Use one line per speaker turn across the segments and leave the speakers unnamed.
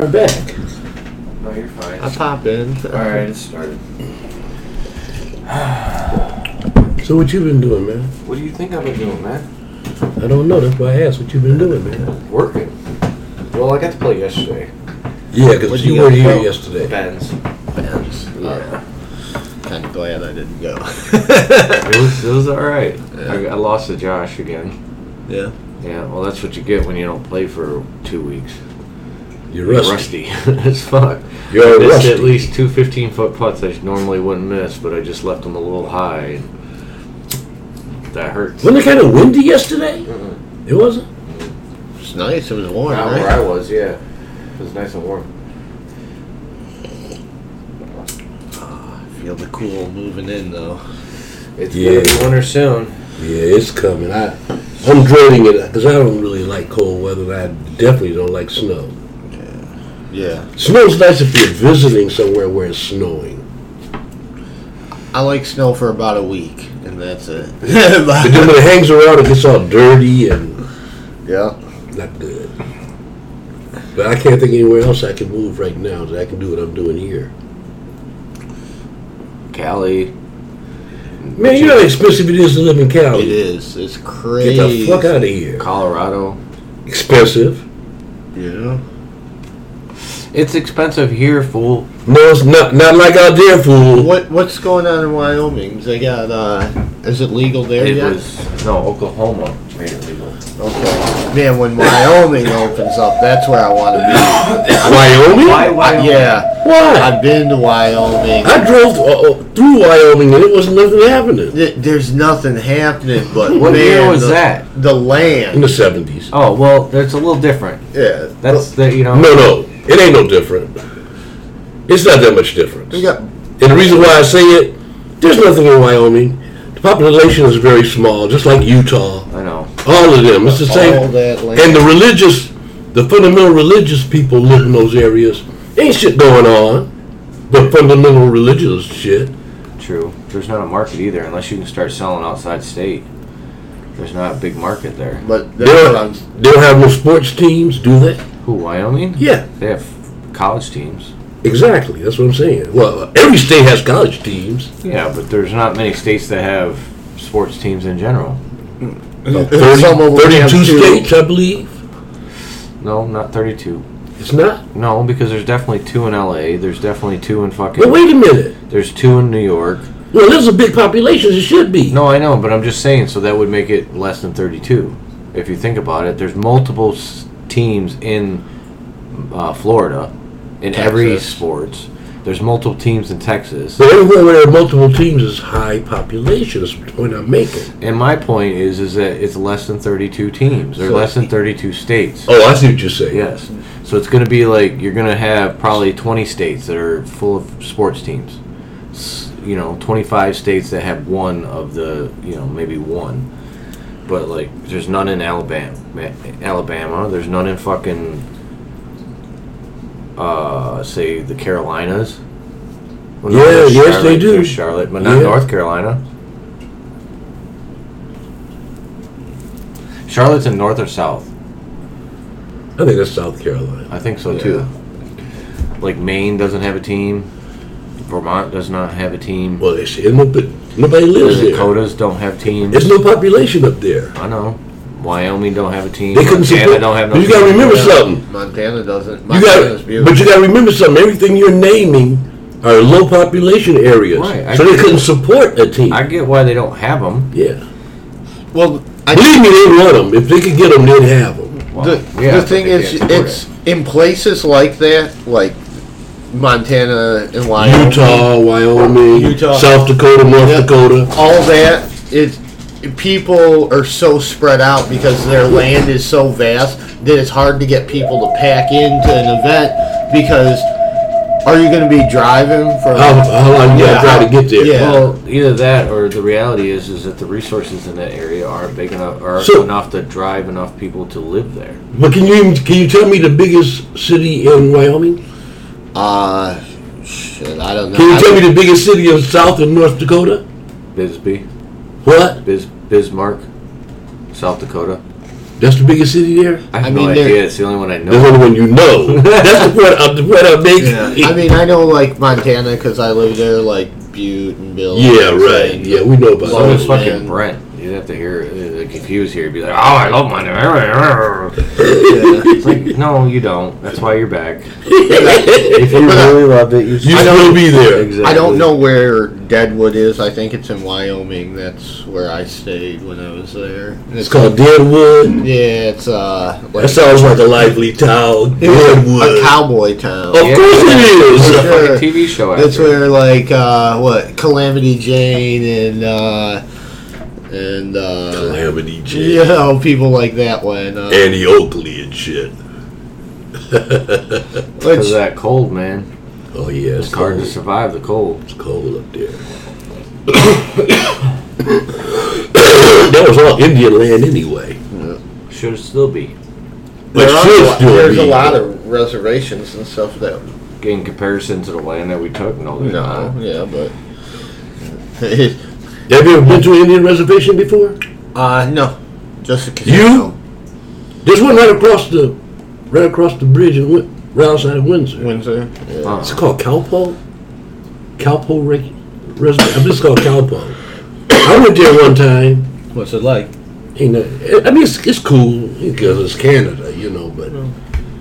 We're back.
No, you're fine.
I pop in.
All right, it started.
So what you been doing, man?
What do you think I've been doing, man?
I don't know. That's why I asked what you been doing, man.
Working. Well, I got to play yesterday.
Yeah, because
What'd
you
you
weren't
got,
here
bro?
yesterday.
Benz.
Yeah. Kind of glad I didn't go. yeah.
It was, it was all right. I, I lost to Josh again. Yeah. Well, that's what you get when you don't play for two weeks.
You're rusty.
rusty as fuck.
You're
I missed
rusty.
at least two 15 foot putts I normally wouldn't miss, but I just left them a little high. And that hurts.
Wasn't it kind of windy yesterday? It wasn't.
It's nice. It was warm,
Not
right?
where I was, yeah. It was nice and warm.
I feel the cool moving in though.
It's
Yeah.
gonna be winter soon.
Yeah, it's coming. I I'm dreading it because I don't really like cold weather. and I definitely don't like snow.
Yeah.
Snow's nice if you're visiting somewhere where it's snowing.
I like snow for about a week, and that's it.
But then when it hangs around, it gets all dirty and
yeah.
not good. But I can't think anywhere else I can move right now that I can do what I'm doing here.
Cali.
Man, you know how expensive it is to live in Cali.
It is. It's
Get
crazy.
the fuck out of here.
Colorado.
Expensive.
Yeah.
It's expensive here, fool.
No, it's not not like out there, fool.
What What's going on in Wyoming? They got. uh Is it legal there
It
yet?
was no Oklahoma made it legal.
Okay. Man, when Wyoming opens up, that's where I want to be.
Wyoming?
Why? Why?
Yeah.
Why?
I've been to Wyoming.
I drove uh, uh, through Wyoming and it wasn't nothing happening
Th- There's nothing happening, but
What
man,
year was
the,
that?
The
in
land.
the seventies.
Oh well, that's a little different.
Yeah,
That's the you know.
No, no, it ain't no different. It's not that much different.
we got
And the reason why I say it, there's nothing in Wyoming. The population is very small, just like Utah.
I know.
All of them, it's the same.
all that land.
And the religious, the fundamental religious people live in those areas. Ain't shit going on. The fundamental religious shit.
True. There's not a market either, unless you can start selling outside state. There's not a big market there.
but
They
that's what
don't,
I'm-
they don't have no sports teams, do they?
Who? Wyoming?
Yeah,
They have college teams.
exactly. That's what I'm saying. Well, every state has college teams.
Yeah, but there's not many states that have sports teams in general.
About
Some
30
of them
32
have two.
states, I believe.
No, not 32.
It's not.
No, because there's definitely two in L.A. There's definitely two in fucking.
Well, wait a minute.
There's two in New York.
Well, there's a big population. It should be.
No, I know, but I'm just saying. So that would make it less than 32. If you think about it, there's multiple s- teams in uh, Florida in every
Texas.
sports. There's multiple teams in Texas.
But everywhere where there are multiple teams is high population. That's the point I'm making.
And my point is, is that it's less than 32 teams or
So-
less than 32 states.
Oh, I see what you're saying.
Yes. So it's going to be like you're going to have probably 20 states that are full of sports teams. S- You know, 25 states that have one of the, you know, maybe one. But like, there's none in Alabama. Alabama. There's none in fucking, uh, say the Carolinas. Well, no,
Yeah,
there's
yes, they
Charlotte-
do.
there's Charlotte, but not
Yeah.
North Carolina. Charlotte's in North or South?
I think that's South Carolina.
I think so too. Like Maine doesn't have a team. Vermont does not have a team.
Well, they say no, but nobody
The
lives there.
Dakotas don't have teams.
There's no population up there.
I know. Wyoming don't have a team.
They couldn't
Montana
support-
don't have no
but you gotta
team.
remember
Montana-
something.
Montana doesn't.
You
Montana's
got,
beautiful.
but you got to remember something. Everything you're naming are low population areas,
Right, I
so they
get-
couldn't support a team.
I get why they don't have them.
yeah,
well, I,
believe me, they want them. If they could get them, they'd have them.
Well,
the,
yeah,
the
but
thing
they
is,
can't support
it's
it.
in places like that, like Montana and Wyoming,
Utah, Wyoming,
Utah.
South Dakota, North
Yeah.
Dakota.
all that. It people are so spread out because their land is so vast that it's hard to get people to pack into an event because are you going to be driving for?
How, how long you
Yeah,
got to try to
how-
get there?
yeah.
Well, either that or the reality is is that the resources in that area aren't big enough or
So-
enough to drive enough people to live there.
But can you even, can you tell me the biggest city in Wyoming?
Uh, shit, I don't know.
Can
I
you tell
don't-
me the biggest city in South and North Dakota?
Bisbee,
What?
Bis Bismarck, South Dakota.
That's the biggest city there.
I have
I
no
mean, they're-
idea. It's the only one I
That's the
know.
only one you know. That's the point I'm, the point I'm making.
I mean, I know like Montana because I live there, like Butte and Bill.
yeah, right. Yeah, we know about
So
Long
it's
as
that.
fucking
man.
Brent. You'd have to hear it. Like, if he was here, he'd be like, "Oh, I love my name." It's like, no, you don't. That's why you're back.
If you really love it, you
You will be there.
I don't know where Deadwood is. I think it's in Wyoming. That's where I stayed when I was there. And
It's called Deadwood.
Yeah, it's uh. like-
That sounds like a lively town.
it was
Deadwood. Oh.
a cowboy town.
Of
Yeah.
course
There's a
it is.
Sure.
fucking TV show.
That's
after it.
where like uh what Calamity Jane and uh and uh
Calamity Jane.
you know people like that went. Uh,
Annie Oakley and shit.
Because
which,
of that cold, man.
Oh yeah, it's
It's hard
cold.
to survive the cold.
It's cold up there. that was all Indian land anyway.
Should still be.
But
there are
should
a lot-
still
there's
be.
a lot of reservations and stuff that
In comparison to the land that we took, no, there's
no,
not.
yeah, but
Have you ever been to an Indian reservation before?
uh no, just a
You?
casino.
There's one right across the right across the bridge in Win- round side of Windsor.
Windsor. Yeah.
Uh,
It's called Cowpole. Cowpole Re- Reservation. I think it's called Cowpole. I went there one time.
What's it like?
Ain't no, I mean, it's, it's cool because it's Canada, you know, but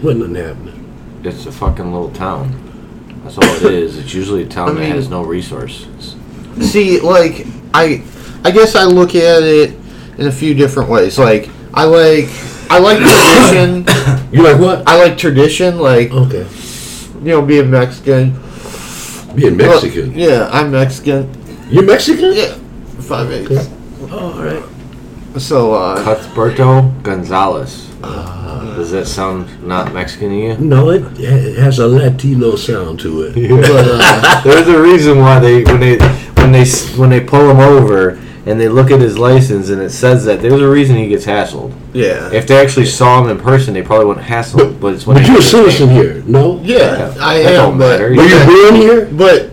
wasn't nothing happening.
It's a fucking little town. That's all it is. It's usually a town
I mean-
that has no resources.
See, like I, I guess I look at it in a few different ways. Like I like, I like tradition.
You like what?
I like tradition. Like
Okay.
you know, being Mexican.
Being Mexican.
Well, yeah, I'm Mexican.
You're Mexican?
Yeah, five eight.
Okay. Oh, all right.
So uh,
Cuthberto Gonzalez. Does that sound not Mexican to you?
No, it, it has a Latino sound to it.
but, uh,
There's a reason why they when they when they s- when they pull him over and they look at his license and it says that there's a reason he gets hassled.
yeah,
If they actually saw him in person, they probably wouldn't hassle. him, But it's when
But
they
you're a
look at his
citizen
name.
here, no?
yeah, I
That
am.
don't
But
matter.
Were you born here?
but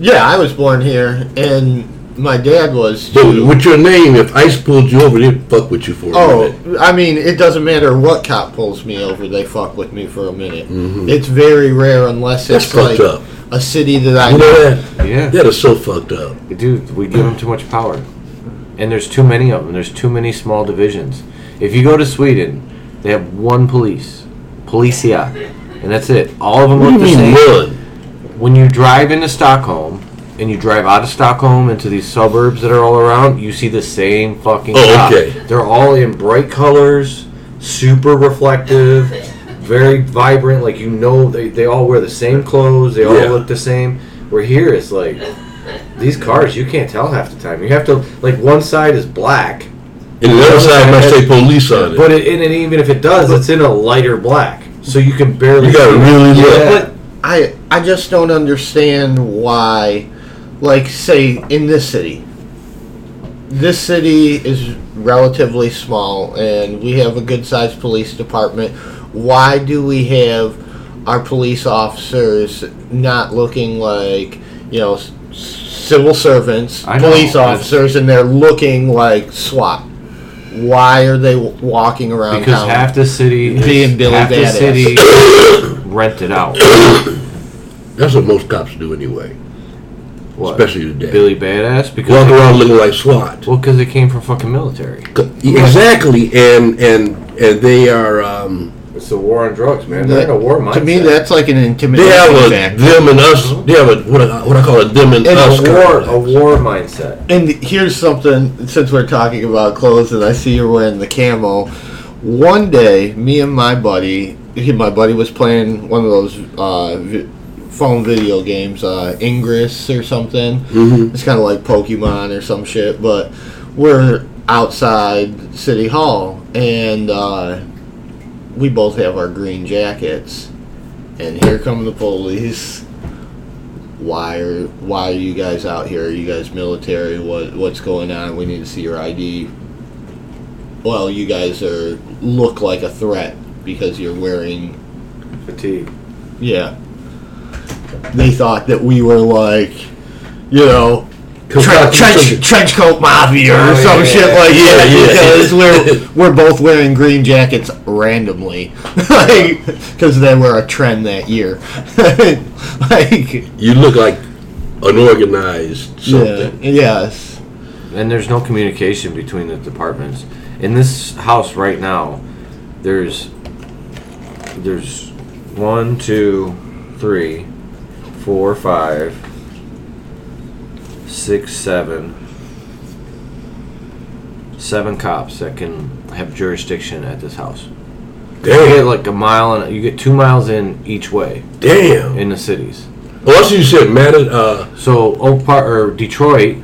yeah, I was born here, and my dad was
So,
too.
with your name, if ICE pulled you over, they'd fuck with you for a
Oh,
minute.
I mean, it doesn't matter what cop pulls me over; they fuck with me for a minute. It's very rare, unless
Mm-hmm. That's
it's
fucked up.
like a city that I
You know that?
Yeah.
That is so fucked up.
Dude, we give them too much power. And there's too many of them. There's too many small divisions. If you go to Sweden, they have one police, policia, and that's it. All of them
What do
look
you
the
mean
same.
one?
When you drive into Stockholm and you drive out of Stockholm into these suburbs that are all around, you see the same fucking.
Oh,
cop.
okay.
They're all in bright colors, super reflective, very vibrant. Like you know, they they all wear the same clothes. They all
Yeah.
look the same. We're here. It's like these cars. You can't tell half the time. You have to like one side is black,
And the other side might say police on it.
but it, and even if it does, it's in a lighter black, so you can barely.
You gotta
see it.
really
Yeah.
look.
But I I just don't understand why, like say in this city, this city is relatively small and we have a good sized police department. Why do we have our police officers not looking like you know s- civil servants,
I know,
police
that's-
officers, and they're looking like SWAT? Why are they w- walking around
because
town?
half the city is-
Being Billy
half the
Badass.
city rented out.
That's what most cops do anyway.
What?
Especially today.
Billy Badass because
Walk
they,
around looking like SWAT.
well, because they came from fucking military.
Exactly, and and and they are um,
It's the war on drugs, man. They're in a war mindset.
to me, that's like an
they
intimidation
have a
factor.
them and us. They have a what I, what I call a them and
And a
us.
a war,
complex.
a war mindset.
And here's something since we're talking about clothes, and I see you're wearing the camo. One day, me and my buddy, he, my buddy was playing one of those uh, vi- phone video games, uh, Ingress or something. Mm-hmm. It's kind of like Pokemon or some shit, but we're outside City Hall, and uh, we both have our green jackets. And here come the police why are why are you guys out here? Are you guys military? What what's going on? We need to see your ID. Well, you guys are look like a threat because you're wearing
Fatigue.
yeah. They thought that we were like, you know, tre- trench trench coat mafia or some shit like
Yeah, yeah.
that because we're we're both wearing green jackets randomly, like because they were a trend that year. like
You look like unorganized something.
yeah, yes,
and there's no communication between the departments. In this house right now, there's there's one, two, three, four, five, six, seven, seven cops that can have jurisdiction at this house. You get
Damn,
like a mile and you get two miles in each way
damn.
in the cities.
Well, that's what you said, man. Uh,
So Oak Park or Detroit,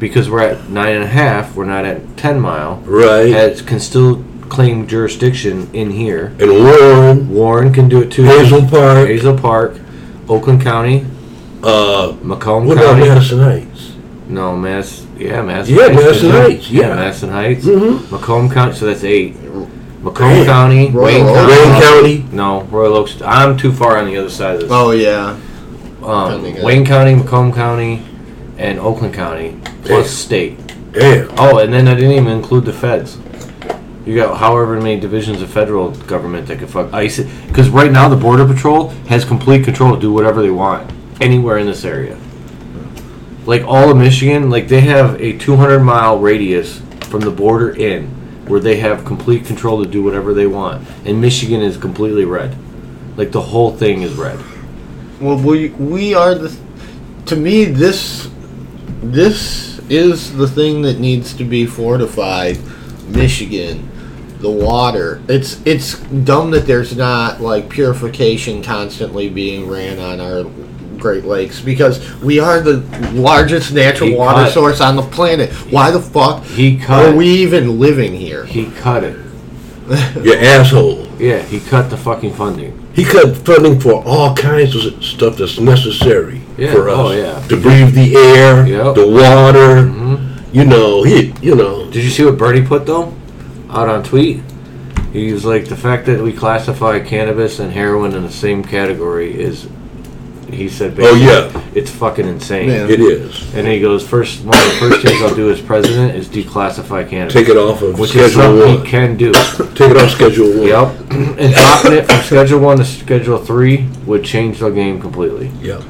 because we're at nine and a half, we're not at ten mile.
right.
has, can still claim jurisdiction in here.
and Warren,
Warren can do it too.
Hazel Park,
Hazel Park, Oakland County,
uh,
Macomb
what about
County.
Madison Heights?
No, Mass. Yeah, Madison.
Yeah, Madison
isn't it?
Heights,
Yeah,
yeah.
Madison Heights.
Mhm.
Macomb County. So that's eight. Macomb
Damn.
County,
Royal
Wayne
Oak.
County.
Wayne County.
No, Royal Oaks. I'm too far on the other side of this.
oh yeah, depending
um,
on-
Wayne County, Macomb County, and Oakland County plus state.
Damn.
Oh, and then I didn't even include the feds. You got however many divisions of federal government that could fuck ICE. Because right now the border patrol has complete control to do whatever they want anywhere in this area. Like all of Michigan, like they have a 200 mile radius from the border in, where they have complete control to do whatever they want. And Michigan is completely red. Like the whole thing is red.
Well, we we are the. To me, this this is the thing that needs to be fortified. Michigan, the water. It's it's dumb that there's not like purification constantly being ran on our Great Lakes because we are the largest natural
He
water
cut.
source on the planet. Why the fuck
He cut.
are we even living here?
He cut it.
Your asshole.
Yeah, he cut the fucking funding.
He cut funding for all kinds of stuff that's necessary
Yeah,
for us
oh, yeah.
to breathe the air,
Yep.
the water.
hmm
You know, he, you know,
Did you see what Bernie put though? Out on tweet, he was like, "The fact that we classify cannabis and heroin in the same category is," he said.
Oh,
basically,
yeah.
it's fucking insane."
Yeah.
it is.
And then he goes, first one of the first things I'll do as president is declassify cannabis."
Take it off of
which is
Schedule
something
One.
he can do.
Take it off Schedule One.
yep, and dropping it from Schedule One to Schedule Three would change the game completely.
Yep.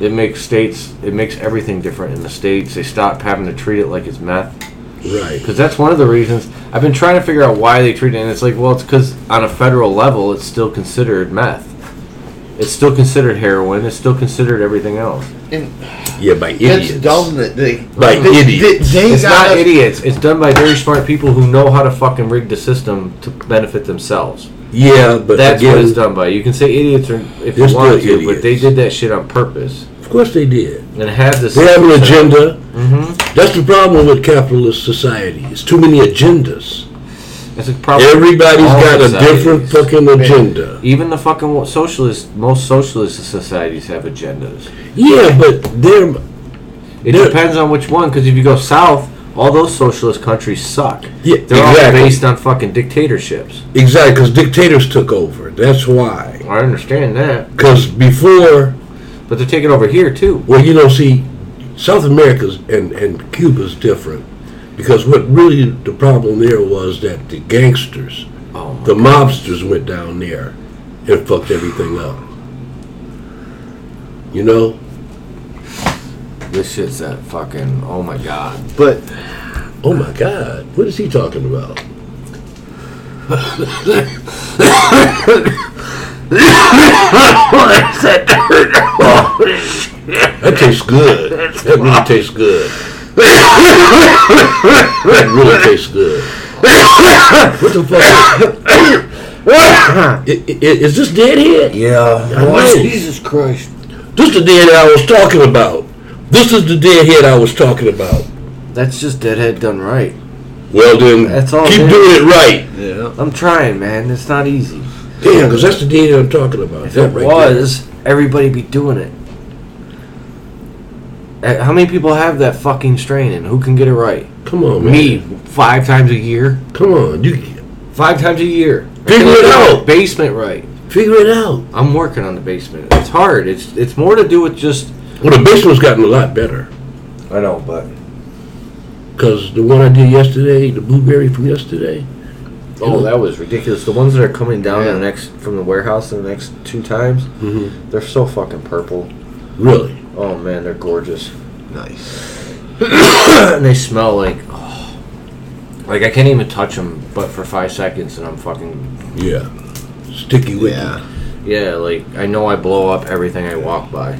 It makes states, it makes everything different in the states. They stop having to treat it like it's meth.
Right.
Because that's one of the reasons I've been trying to figure out why they treat it, and it's like, well, it's because on a federal level, it's still considered meth. It's still considered heroin. It's still considered everything else.
Yeah, by idiots.
It's dumb that they
By
they,
idiots.
They, they
It's not
got us-
idiots. It's done by very smart people who know how to fucking rig the system to benefit themselves.
Yeah, but
That's
again,
what it's done by. You can say idiots or if
They're
you want to,
still
but they
idiots.
did that shit on purpose
of course they did.
and have this.
They have an agenda.
Mm-hmm.
That's the problem with capitalist society. It's too many agendas.
That's a problem.
Everybody's
All
got a
societies.
different fucking agenda.
Even the fucking wo- socialist, most socialist societies have agendas.
Yeah, but they're
It
Dude.
depends on which one, because if you go south, all those socialist countries suck.
yeah,
They're
exactly.
all based on fucking dictatorships.
Exactly, because dictators took over. That's why.
I understand that,
Because before,
but they're taking over here too.
well, you know, see, South America's and and Cuba's different because what really the problem there was that the gangsters,
Oh, my-
the mobsters, went down there and fucked everything up. You know,
this shit's that fucking. Oh my god.
but
oh my God, what is he talking about? That tastes good. That really tastes good. that really tastes good. what the fuck? is, I- I- is this deadhead?
Yeah.
know.
Jesus Christ.
This the deadhead I was talking about. This is the deadhead I was talking about.
That's just deadhead done right.
Well then,
That's all
keep
it is.
doing it right.
yeah,
I'm trying, man. It's not easy.
Damn, because that's the deadhead I'm talking about.
If
That
it
right
was, everybody be doing it. Eh, How many people have that fucking strain, and who can get it right?
there. Come on, Oh, man.
Me, five times a year.
Come on, you
Five times a year.
Figure it out.
Basement right.
figure it out.
I'm working on the basement. It's hard. It's it's more to do with just
Well, the basement's gotten a lot better.
I know, but
Because the one I did yesterday, the blueberry from yesterday.
oh, that was ridiculous. The ones that are coming down
Yeah.
the next from the warehouse the next two times,
hmm
they're so fucking purple.
Really?
Oh man, they're gorgeous,
Nice.
and they smell like, oh, like I can't even touch them, but for five seconds, and I'm fucking
Yeah. Sticky with
Yeah.
yeah. Like I know I blow up everything I walk by.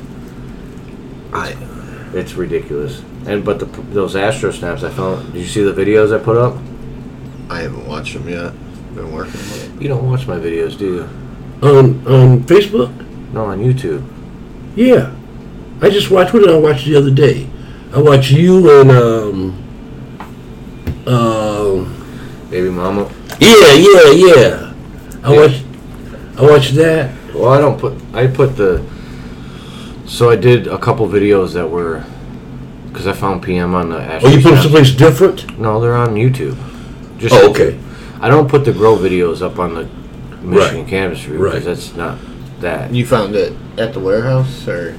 I
It's ridiculous. And but the, those Astro snaps, I found. Did you see the videos I put up?
I haven't watched them yet. Been working.
You don't watch my videos, do you?
On on Facebook?
No, on YouTube.
Yeah. I just watched what did I watch the other day? I watched you and um um
Baby mama.
Yeah, yeah, yeah. I watched I watched that.
Well, I don't put. I put the. So I did a couple videos that were, because I found PM on the.
Oh,
Astro
you put them
Snap.
someplace different?
No, they're on YouTube. Just
Oh,
YouTube.
okay.
I don't put the grow videos up on the Michigan Canvas Route
Right.
because that's not that.
You found it at the warehouse, or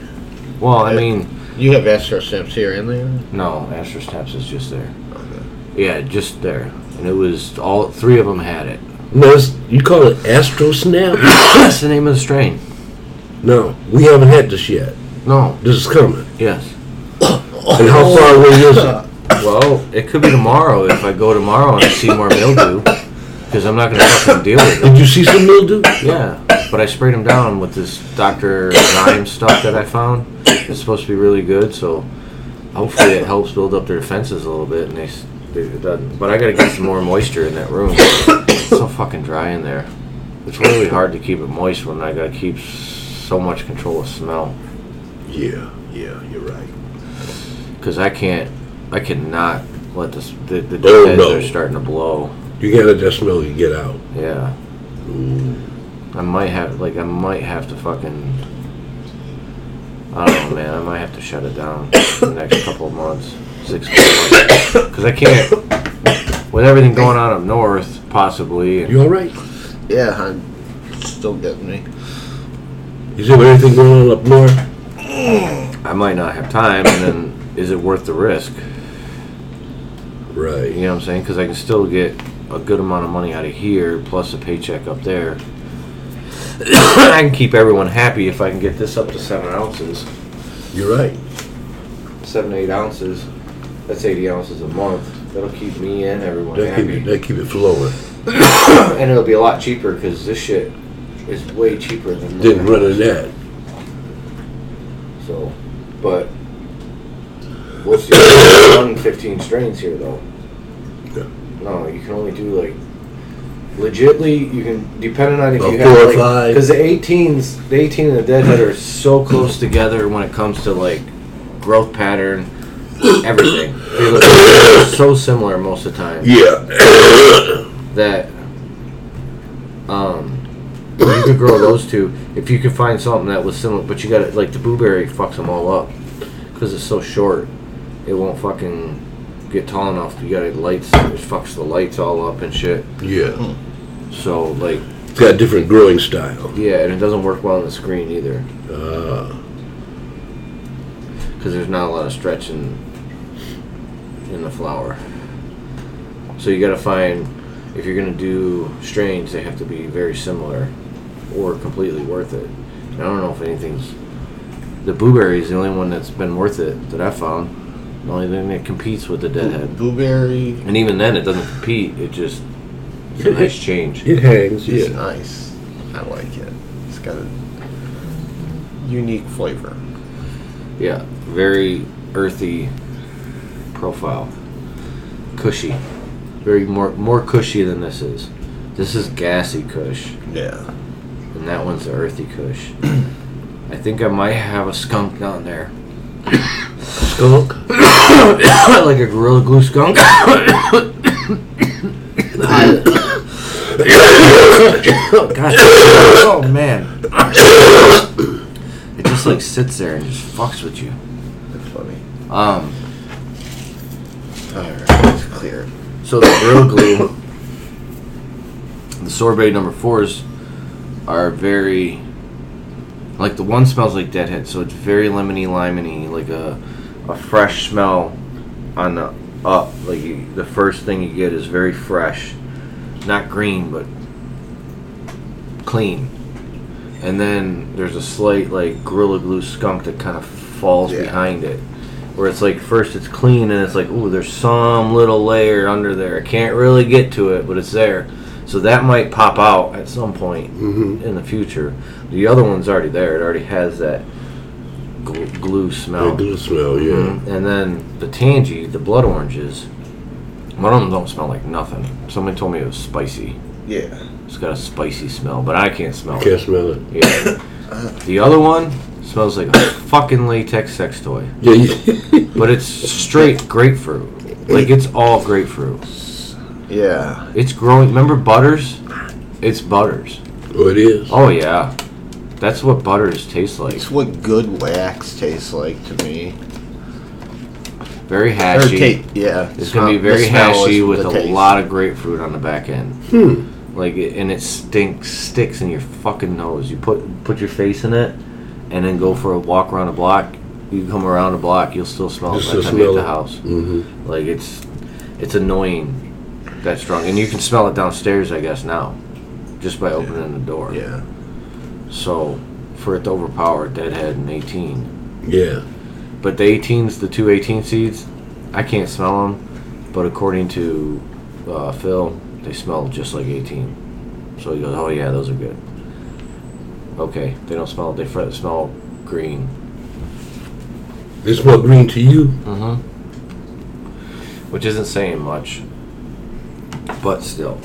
Well, I
Yeah.
mean,
you have Astro stamps here and there?
no, Astro Snaps is just there.
Okay.
Yeah, just there, and it was all three of them had it.
No, it's, you call it Astro Snap?
that's the name of the strain.
no, we haven't had this yet.
No.
This is coming.
Yes.
And how far away is it?
Well, it could be tomorrow if I go tomorrow and I see more mildew, because I'm not gonna fucking deal with it.
Did you see some mildew?
Yeah, but I sprayed them down with this Dr. Rhyme stuff that I found. It's supposed to be really good, so hopefully it helps build up their defenses a little bit. And they, s- they it doesn't. But I gotta get some more moisture in that room. It's so fucking dry in there. It's really hard to keep it moist when I gotta keep s- so much control of smell.
Yeah, yeah, you're right.
Cause I can't, I cannot let this. The, the
Oh,
deadheads
no.
are starting to blow.
You gotta let that smell you get out.
Yeah. I might have like I might have to fucking I don't know man, I might have to shut it down in the next couple of months. Six months. Cuz I can't with everything going on up north possibly and
You alright?
Yeah, I'm still getting me.
Is there anything going on up north?
I might not have time and then is it worth the risk?
Right.
You know what I'm saying? Cuz I can still get a good amount of money out of here plus a paycheck up there. I can keep everyone happy if I can get this up to 7 ounces.
You're right.
seven eight ounces. That's eighty ounces a month. That'll keep me and everyone
That keep, it,
happy,
that keep it flowing.
and it'll be a lot cheaper because this shit is way cheaper than
Then running that.
So, but we'll see. We're running fifteen strains here though.
Yeah.
No, you can only do like legitly. You can depending on if
About
you
four or
have
five.
because the eighteens, the eighteen and the deadhead are so close together when it comes to like growth pattern, everything. They look so similar most of the time.
Yeah.
that um you could grow those two if you could find something that was similar but you got to like the blueberry fucks them all up because it's so short it won't fucking get tall enough you got to lights it fucks the lights all up and shit
yeah.
so like
Hmm. It's got different growing style.
yeah and it doesn't work well on the screen either
Uh,
because there's not a lot of stretch in in the flower. So you got to find if you're gonna do strains, they have to be very similar or completely worth it. And I don't know if anything's the blueberry is the only one that's been worth it that I found. The only thing that competes with the deadhead,
Uh, Blueberry
and even then, it doesn't compete. It just it's a nice change.
it hangs.
is
Yeah.
nice. I like it. It's got a unique flavor.
Yeah, very earthy profile, cushy, very more more cushy than this is. This is gassy cush,
Yeah.
and that one's the earthy cush. I think I might have a skunk down there,
Skunk.
like a gorilla glue skunk. God, oh man, it just like sits there and just fucks with you.
That's funny.
Um.
Alright, it's clear.
So the grill glue, the sorbet number fours, are very like the one smells like deadhead, so it's very lemony limony, like a a fresh smell on the up. Like you, the first thing you get is very fresh, not green but clean. And then there's a slight like gorilla glue skunk that kind of falls
Yeah.
behind it, where it's like first it's clean and it's like ooh there's some little layer under there. I can't really get to it, but it's there. So that might pop out at some point
Mhm.
in the future. The other one's already there. It already has that gl- glue smell.
The glue smell, yeah.
Mhm. And then the tangy, the blood oranges, one of them don't smell like nothing. Somebody told me it was spicy.
Yeah.
It's got a spicy smell, but I can't smell
Can't
it.
smell it.
Yeah. the other one smells like a fucking latex sex toy,
Yeah, yeah.
but it's straight grapefruit. Like it's all grapefruit.
Yeah.
It's growing. Remember butters? It's butters.
oh, it is.
Oh yeah, that's what butters taste like.
It's what good wax tastes like to me.
Very
Or
hashy.
ta- yeah.
It's
smell-
gonna be
the
very
smell is
hashy with
the
a
taste.
lot of grapefruit on the back end.
Hmm.
Like it, and it stinks, sticks in your fucking nose. You put put your face in it, and then go for a walk around the block. You come around the block, you'll still smell it
Just
by the
to
time you get
smell
to
it.
the house.
hmm
Like it's it's annoying that strong, and you can smell it downstairs, I guess now, just by opening the door.
Yeah.
So for it to overpower Deadhead and 18,
Yeah.
but the 18s, the two 18 seeds, I can't smell them. But according to uh, Phil, they smell just like 18. So he goes, oh yeah, those are good. Okay, they don't smell. They fr- smell green.
They smell green to you.
Mm-hmm. Which isn't saying much, but still.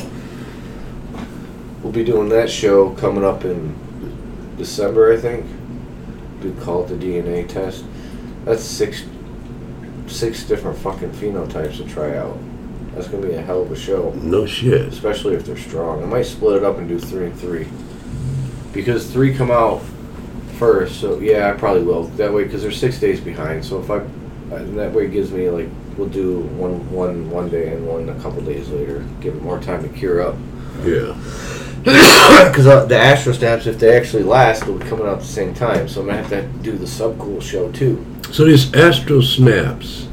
We'll be doing that show coming up in December, I think. We call it the DNA test. That's six six different fucking phenotypes to try out. That's gonna be a hell of a show,
No shit.
especially if they're strong. I might split it up and do three and three because three come out first. So yeah, I probably will that way because they're six days behind. So if I and that way it gives me like we'll do one one one day and one a couple days later, give it more time to cure up.
Yeah.
Because uh, the Astrostabs, if they actually last, will be coming out at the same time. So I'm gonna have to do the subcool show too.
So these Astro Snaps.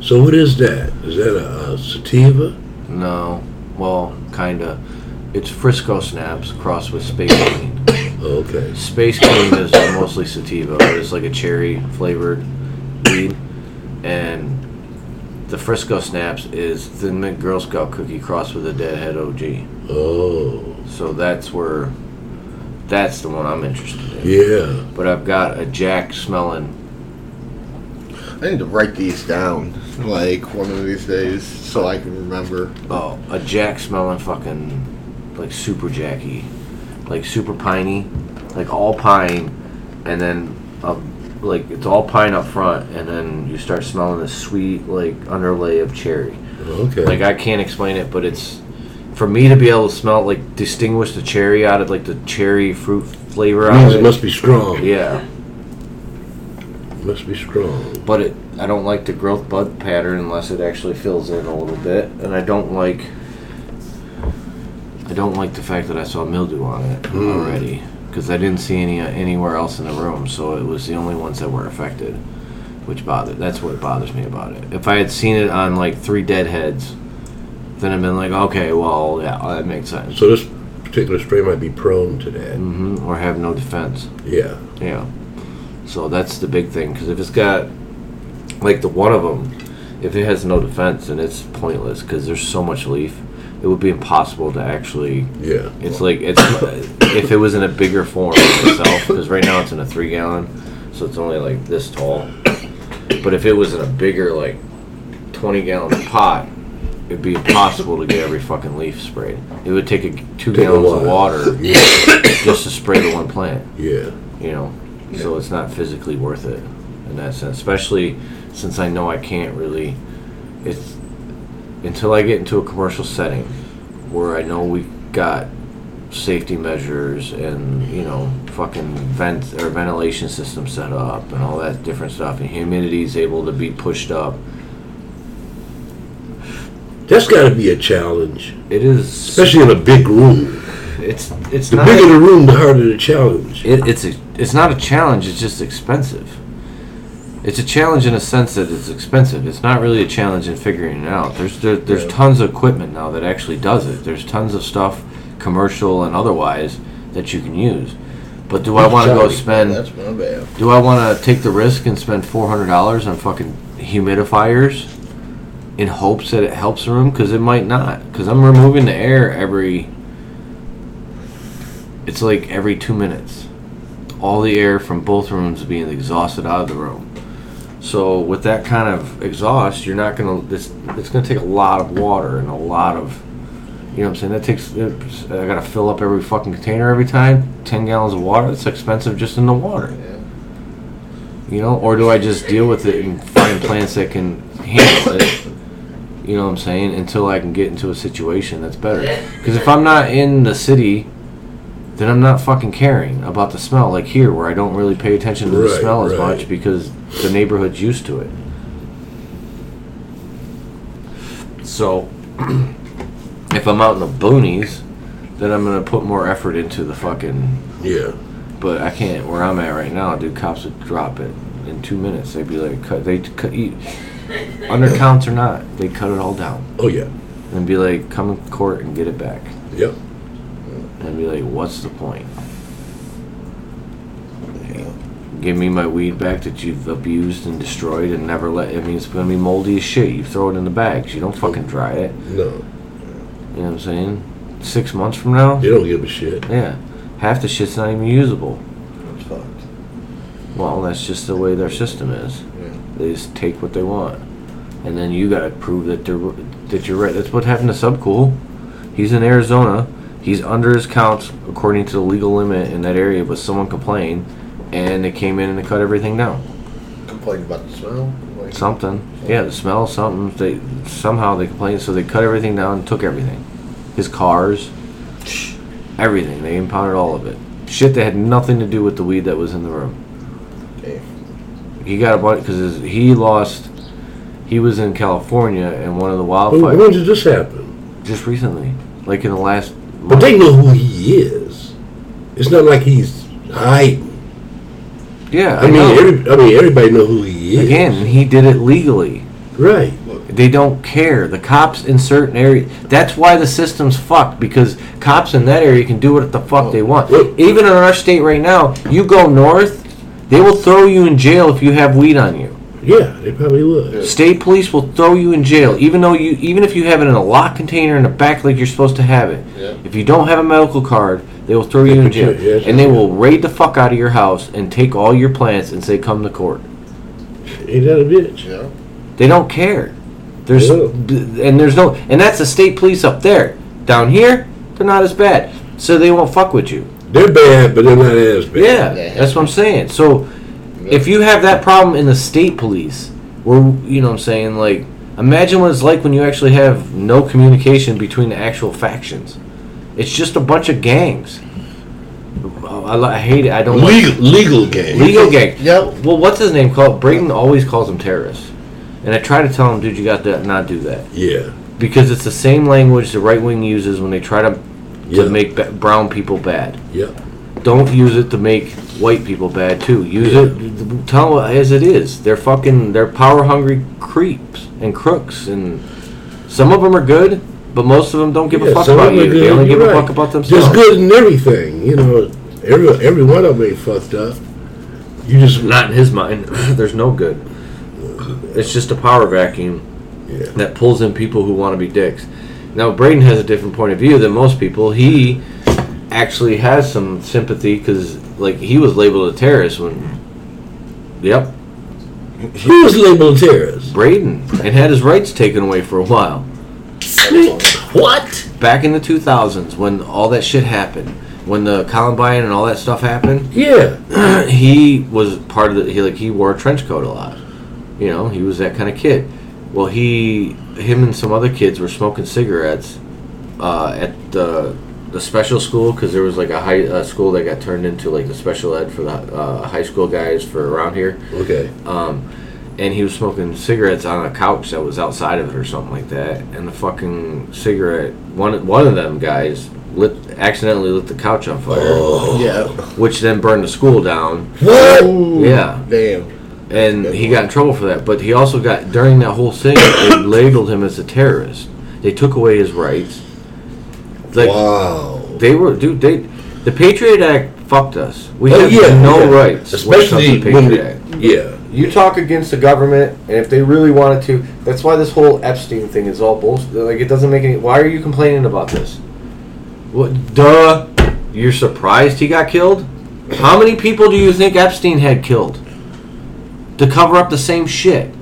So what is that? Is that a, a sativa?
No, well, kinda. It's Frisco Snaps crossed with Space Queen.
Oh, Okay.
Space Queen is mostly sativa, but it's like a cherry flavored weed. And the Frisco Snaps is Thin Mint Girl Scout cookie crossed with a Deadhead OG.
Oh.
So that's where, that's the one I'm interested in.
Yeah.
But I've got a Jack smelling.
I need to write these down, like one of these days, so I can remember.
Oh, a Jack smelling fucking like super Jacky, like super piney, like all pine, and then a, like it's all pine up front, and then you start smelling this sweet like underlay of cherry.
Okay.
Like I can't explain it, but it's for me to be able to smell like distinguish the cherry out of like the cherry fruit flavor out
means
of
it
it.
must be strong.
yeah,
Must be strong.
but it I don't like the growth bud pattern unless it actually fills in a little bit, and I don't like I don't like the fact that I saw mildew on it
Mm.
already because I didn't see any anywhere else in the room, so it was the only ones that were affected, which bothered. That's what bothers me about it. If I had seen it on like three deadheads, then I've been like, okay, well, yeah, that makes sense.
So this particular strain might be prone to that.
hmm or have no defense.
Yeah.
Yeah. So that's the big thing because if it's got like the one of them, if it has no defense, then it's pointless because there's so much leaf. It would be impossible to actually.
Yeah.
It's like it's if it was in a bigger form itself because right now it's in a three gallon, so it's only like this tall. But if it was in a bigger like twenty gallon pot, it'd be impossible to get every fucking leaf sprayed. It would take a, two
Take a
gallons of
while.
water
Yeah.
just to spray the one plant
Yeah.
you know so it's not physically worth it in that sense especially since i know i can't really it's until i get into a commercial setting where i know we've got safety measures and you know fucking vent or ventilation system set up and all that different stuff and humidity is able to be pushed up
That's got to be a challenge,
it is
especially in a big room.
it's it's
The
not
bigger the room, the harder the challenge.
it, it's a, it's not a challenge it's just expensive It's a challenge in a sense that it's expensive. It's not really a challenge in figuring it out. There's there, there's tons of equipment now that actually does it. There's tons of stuff, commercial and otherwise, that you can use. But do I want to go
Charity.
spend?
That's my bad.
Do I want to take the risk and spend four hundred dollars on fucking humidifiers in hopes that it helps the room? Because it might not. Because I'm removing the air every. It's like every two minutes, all the air from both rooms being exhausted out of the room. So with that kind of exhaust, you're not gonna. It's, it's gonna take a lot of water and a lot of. You know what I'm saying? That takes. it's- I gotta fill up every fucking container every time. Ten gallons of water. That's expensive just in the water. You know, or do I just deal with it and find plants that can handle it? You know what I'm saying? Until I can get into a situation that's better. Because if I'm not in the city, then I'm not fucking caring about the smell. Like here, where I don't really pay attention to the
Right,
smell as
right.
much because the neighborhood's used to it. So, if I'm out in the boonies, then I'm gonna put more effort into the fucking
Yeah.
but I can't. Where I'm at right now, dude, cops would drop it in two minutes. They'd be like, cut. They cut you, undercounts or not, they cut it all down
Oh yeah.
and be like, come in court and get it back.
Yep.
And be like, what's the point? Give me my weed back that you've abused and destroyed and never let. I mean, it's gonna be moldy as shit. You throw it in the bags. You don't fucking dry it.
No.
You know what I'm saying? Six months from now,
They don't give a shit.
yeah, half the shit's not even usable.
It's fucked.
Well, that's just the way their system is. They just take what they want, and then you gotta prove that they're that you're right. That's what happened to Subcool. He's in Arizona. He's under his counts according to the legal limit in that area, but someone complained, and they came in and they cut everything down.
Complained about the smell. Like,
Something, yeah, the smell, something. They somehow they complained, so they cut everything down and took everything, his cars, everything. They impounded all of it. Shit that had nothing to do with the weed that was in the room.
okay.
He got a bunch because he lost. He was in California and one of the
When,
wildfires
when did this happen?
just recently, like in the last.
But they know who he is. It's not like he's hiding.
yeah,
I
I,
mean,
know.
every, I mean, everybody know who he is.
again, he did it legally.
Right.
They don't care. The cops in certain areas. That's why the system's fucked because cops in that area can do what the fuck they want.
Well-
Even in our state right now, you go north, they will throw you in jail if you have weed on you.
Yeah, they probably would.
State police will throw you in jail, even though you, even if you have it in a locked container in the back like you're supposed to have it.
Yeah.
If you don't have a medical card, they will throw you in jail,
Yes.
and they will raid the fuck out of your house and take all your plants and say come to court.
Ain't that a bitch?
Yeah.
They don't care. There's
Yeah.
b- and there's no and that's the state police up there. Down here, they're not as bad, so they won't fuck with you.
They're bad, but they're not as bad.
Yeah,
Yeah.
that's what I'm saying. So if you have that problem in the state police, where you know what I'm saying, like imagine what it's like when you actually have no communication between the actual factions. It's just a bunch of gangs. Oh, I, li- I hate it. I don't like
Legal, legal game.
legal gang.
Yep.
Well, what's his name called? Brayden always calls them terrorists, and I try to tell him, dude, you got to not do that
Yeah.
because it's the same language the right wing uses when they try to
Yeah.
to make ba- brown people bad
Yeah.
don't use it to make white people bad too. Use it, tell it as it is. They're fucking, they're power hungry creeps and crooks, and some of them are good, but most of them don't give
Yeah,
a fuck
some of them
about you.
are
They
good,
only
you're
give a
right.
fuck about themselves.
There's good in everything, you know. Every every one of them ain't fucked up. You just
Not in his mind. There's no good. It's just a power vacuum.
yeah.
that pulls in people who want to be dicks. Now, Braden has a different point of view than most people. He actually has some sympathy because, like, he was labeled a terrorist when. Yep,
Who was labeled a terrorist?
Braden, and had his rights taken away for a while
What?
back in the 2000s when all that shit happened, when the Columbine and all that stuff happened.
Yeah.
he was part of the he like he wore a trench coat a lot. You know, he was that kind of kid. Well, he him and some other kids were smoking cigarettes uh, at the the special school because there was like a high uh, school that got turned into like the special ed for the uh, high school guys for around here.
Okay.
Um, and he was smoking cigarettes on a couch that was outside of it or something like that. And the fucking cigarette one one of them guys lit accidentally lit the couch on fire,
Oh.
Yeah.
which then burned the school down.
What?
Ooh,
Yeah.
Damn.
and he got in trouble for that. But he also got during that whole thing, they labeled him as a terrorist. They took away his rights. Like
wow.
they were, dude. They the Patriot Act fucked us. We
Oh
have
yeah,
no
yeah.
rights.
especially
when it comes to
when
Patriot
the-
Act.
yeah.
You talk against the government, and if they really wanted to, that's why this whole Epstein thing is all bullshit. Like, it doesn't make any. Why are you complaining about this? What? Duh. You're surprised he got killed? How many people do you think Epstein had killed to cover up the same shit?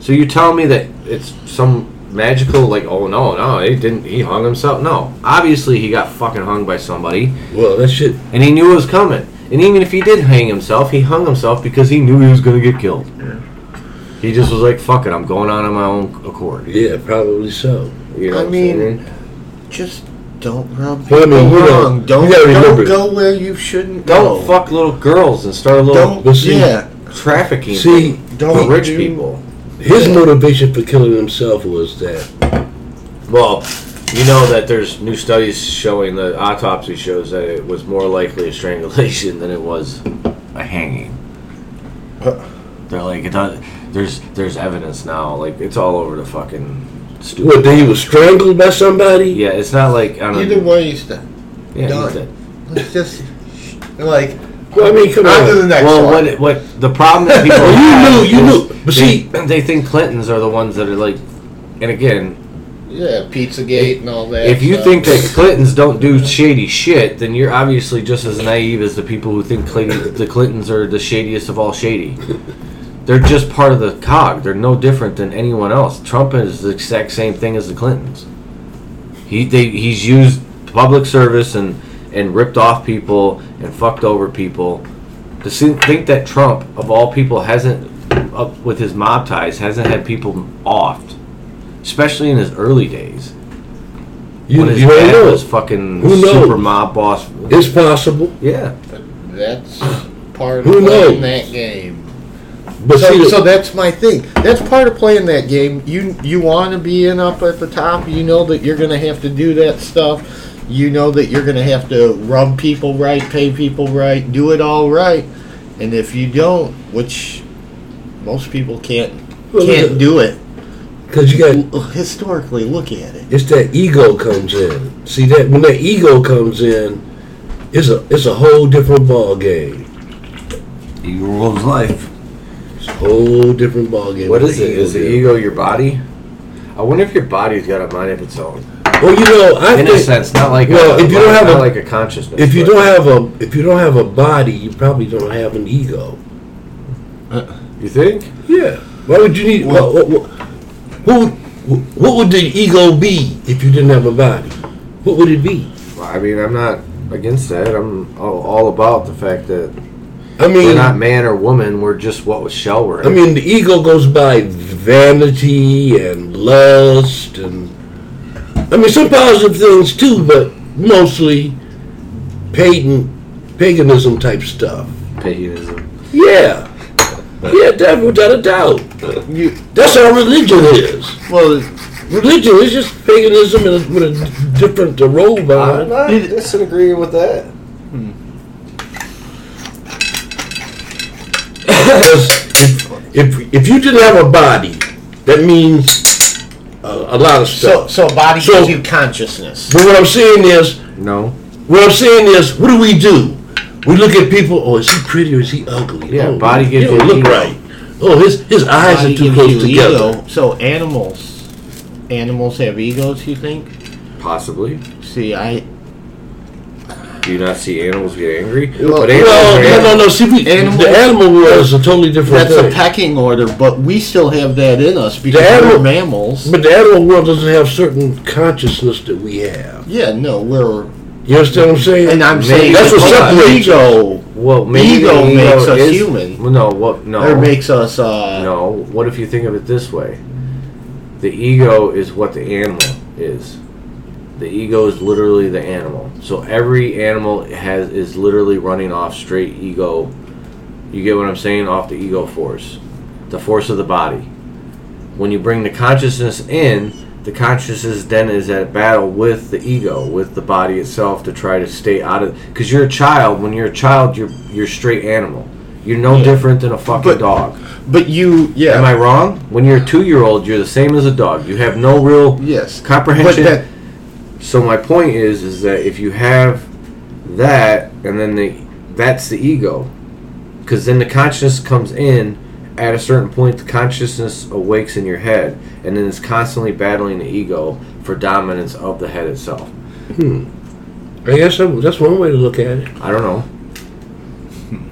So you tell me that it's some magical like, oh no, no, he didn't. He hung himself. No, obviously he got fucking hung by somebody
Well, that shit.
and he knew it was coming. And even if he did hang himself, he hung himself because he knew he was going to get killed. He just was like, "Fuck it, I'm going out on my own accord."
Yeah, probably so.
You know
I
what I'm
mean,
saying?
Just don't rub
Well, I
people
mean, you know,
wrong.
you
Don't,
gotta remember-
don't go where you shouldn't
don't
go.
fuck little girls and start a little
Don't.
But see-
yeah.
trafficking
See,
Don't
for rich
do-
people.
his motivation for killing himself was that
Well, you know that there's new studies showing that autopsy shows that it was more likely a strangulation than it was a hanging. They're like, it does, there's there's evidence now. Like it's all over the fucking. Stupid.
what that he was strangled by somebody.
Yeah, it's not like I don't
Either way, you stop.
yeah,
done.
he's dead.
Let's just like
Well, I mean, come
on to the
on.
next
Well,
one.
what what the problem that people
Well, you
have
knew,
is
you knew. But
they,
see,
they think Clintons are the ones that are like, and again,
yeah, Pizzagate and all that.
if you
stuff.
think that Clintons don't do shady shit, then you're obviously just as naive as the people who think Clinton, the Clintons are the shadiest of all shady. They're just part of the cog. They're no different than anyone else. Trump is the exact same thing as the Clintons. He they, he's used public service and and ripped off people and fucked over people. To see, think that Trump of all people hasn't up with his mob ties hasn't had people offed, especially in his early days
you,
when his
you don't
dad
know.
was fucking
Who knows?
super mob boss.
It's possible.
Yeah,
that's part
Who
of
knows?
playing that game.
But
So,
see,
so that's my thing. That's part of playing that game. You you want to be in up at the top. You know that you're going to have to do that stuff. You know that you're going to have to rub people right, pay people right, do it all right. And if you don't, which most people can't
Well,
can't
look-
do it.
because you got
L- Historically, look at it.
it's that ego comes in. See that when that ego comes in, it's a it's a whole different ball game.
ego rules life.
It's a whole different ball game.
What
when
is
the
it? Is the
there.
ego your body? I wonder if your body's got a mind of its own.
Well, you know, I
In a
think
sense, not like
Well,
a,
if you don't have
not
a-
like a consciousness.
if you
but-
don't have a if you don't have a body, you probably don't have an ego.
you think
Yeah. Why would you need? What, what, what, who? What would the ego be if you didn't have a body? What would it be?
Well, I mean, I'm not against that. I'm all, all about the fact that
I
we're
mean,
not man or woman. We're just what was shell we're.
I mean, the ego goes by vanity and lust, and I mean some positive things too, but mostly pagan, paganism type stuff.
paganism.
Yeah, yeah, that without a doubt.
You
That's all religion is.
well,
Religion is just paganism in a, with a different robe
Uh,
on.
Uh, not disagreeing with that.
Because if, if if you didn't have a body, that means a, a lot of
so
stuff.
so body
So-
gives you consciousness.
but what I'm saying is,
No.
what I'm saying is, what do we do? We look at people. Oh, is he pretty or is he ugly?
Yeah,
oh,
body gives
he don't
you
look
ego.
right. Oh, his his eyes
Body
are too
gives
close
you
together.
ego. So animals, animals have egos. You think?
Possibly.
See, I
Do you not see animals get angry?
Well,
but animals
Well,
are
no,
animals.
no, no. See, we,
Animal-
the animal world is a totally different
That's a
thing.
pecking order, but we still have that in us because
The animal-
we're mammals.
but the animal world doesn't have certain consciousness that we have.
yeah, no, we're.
You understand what I'm saying?
And I'm
Maybe
saying
that's what
the
separates
ego
Well, maybe
Ego
the
makes us
is-
human.
Well, No, what? No,
or makes us. Uh,
no. What if you think of it this way? The ego is what the animal is. The ego is literally the animal. So every animal has is literally running off straight ego. You get what I'm saying? Off the ego force, the force of the body. When you bring the consciousness in, the consciousness then is at battle with the ego, with the body itself, to try to stay out of. Because you're a child. When you're a child, you're you're straight animal. You're no different than a fucking
But-
dog.
But you, yeah.
Am I wrong? When you're a two year old, you're the same as a dog. You have no real
Yes.
comprehension.
But that,
so my point is, is that if you have that, and then the that's the ego, because then the consciousness comes in. At a certain point, the consciousness awakes in your head, and then it's constantly battling the ego for dominance of the head itself.
I guess that- that's one way to look at it.
I don't know.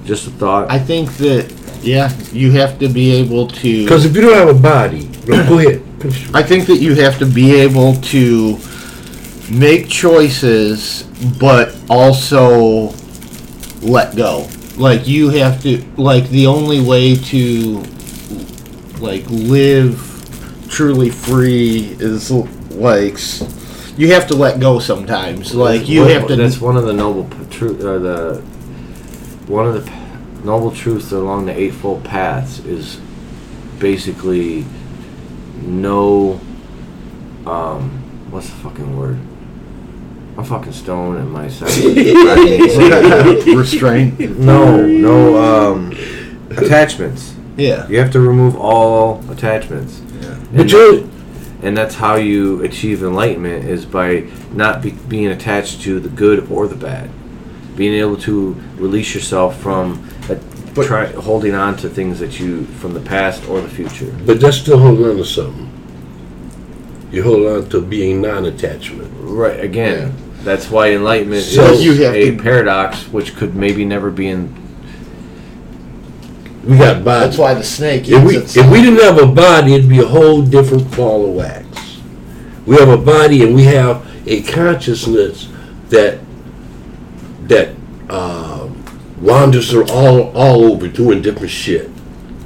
Just a thought.
I think that yeah, you have to be able to.
Because if you don't have a body, go ahead.
I think that you have to be able to make choices, but also let go. Like you have to. Like the only way to like live truly free is like s- you have to let go sometimes. Like you
What-
have to.
That's one of the noble truth, or the one of the p- noble truths along the eightfold paths is basically no. Um, what's the fucking word? I'm fucking stoned and myself.
restraint.
no, no um, attachments.
Yeah.
You have to remove all attachments.
But you
and that's how you achieve enlightenment is by not be, being attached to the good or the bad being able to release yourself from a,
But-
try, holding on to things that you from the past or the future
but that's still holding on to something. You hold on to being non-attachment.
right again that's why enlightenment
So
is
you have
a
to-
paradox which could maybe never be in
We got body.
That's why the snake.
If
eats
we,
its-
if we didn't have a body, it'd be a whole different ball of wax. We have a body and we have a consciousness that that uh, wanders through all all over doing different shit.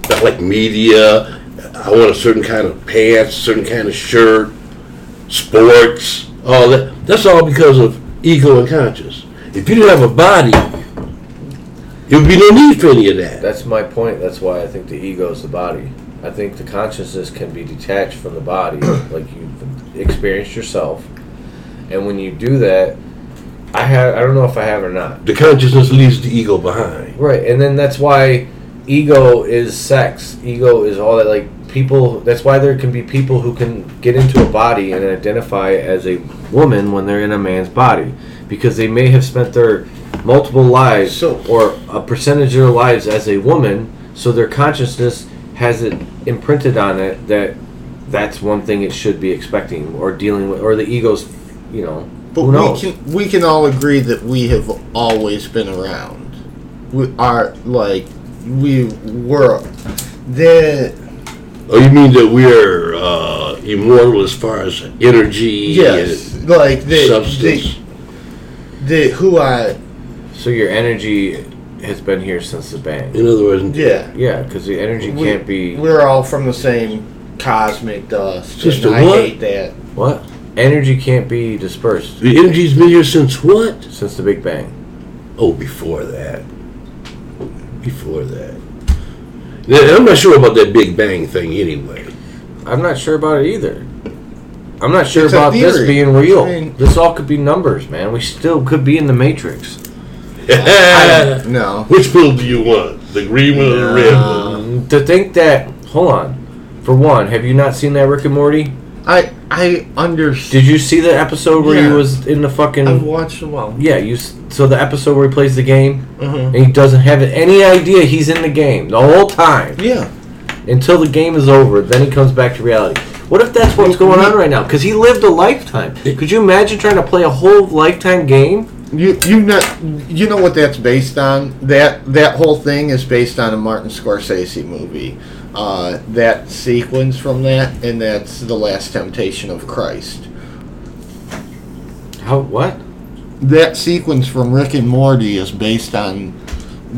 Not like media. I want a certain kind of pants, certain kind of shirt, sports, all that. That's all because of ego and conscious. If you didn't have a body, it would be no need for any of that.
That's my point. That's why I think the ego is the body. I think the consciousness can be detached from the body, like you've experienced yourself. And when you do that, I have I don't know if I have or not.
The consciousness leaves the ego behind.
Right, and then that's why ego is sex. Ego is all that like people that's why there can be people who can get into a body and identify as a woman when they're in a man's body because they may have spent their multiple lives
So-
or a percentage of their lives as a woman, so their consciousness has it imprinted on it that that's one thing it should be expecting or dealing with or the ego's you know
But
who knows?
we can we can all agree that we have always been around. We are like we were the
Oh, you mean that we're uh, immortal as far as energy
yes
and
like the,
substance?
the the who I
so your energy has been here since the bang.
In other words,
yeah
Yeah, because the energy
we,
can't be
we're all from the same cosmic dust.
Sister,
and I
what?
hate that.
what? Energy can't be dispersed
the energy's been here since what?
since the Big Bang.
Oh, before that. Before that. Now, I'm not sure about that Big Bang thing anyway.
I'm not sure about it either. I'm not sure
It's a
about this
theory.
being real.
I mean-
this all could be numbers, man. We still could be in the Matrix.
No.
Which pill do you want? The green one or the red one?
Um, to think that, hold on. For one, have you not seen that Rick and Morty?
I I understand.
Did you see the episode where he
Yeah.
was in the fucking?
I've watched a while.
yeah, you. s- So the episode where he plays the game
Mhm.
and he doesn't have any idea he's in the game the whole time.
Yeah.
until the game is over. Then he comes back to reality. What if that's what's going on right now? Because he lived a lifetime. Could you imagine trying to play a whole lifetime game?
You you know you know what that's based on? That that whole thing is based on a Martin Scorsese movie. Uh, that sequence from that, and that's the Last Temptation of Christ.
How? What?
That sequence from Rick and Morty is based on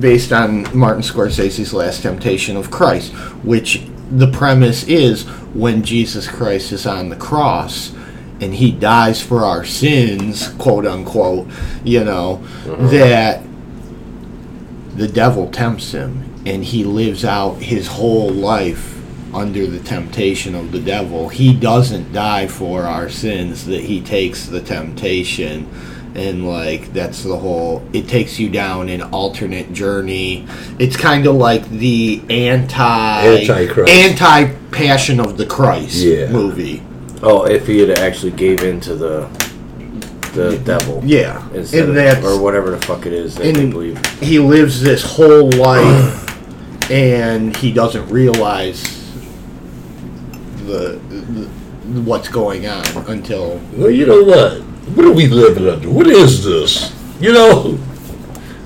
based on Martin Scorsese's Last Temptation of Christ, which the premise is when Jesus Christ is on the cross and he dies for our sins, quote unquote, you know, that the devil tempts him and he lives out his whole life under the temptation of the devil. He doesn't die for our sins, that he takes the temptation and like that's the whole. It takes you down an alternate journey. It's kind of like the anti
Antichrist.
anti Passion of the Christ
Yeah.
movie.
Oh, if he had actually gave in to the the devil.
Yeah,
Instead
and
of,
that's
or whatever the fuck it is that they
and-
believe.
he lives this whole life and he doesn't realize the, the what's going on until
Well, you know what? What are we living under? What is this? You know,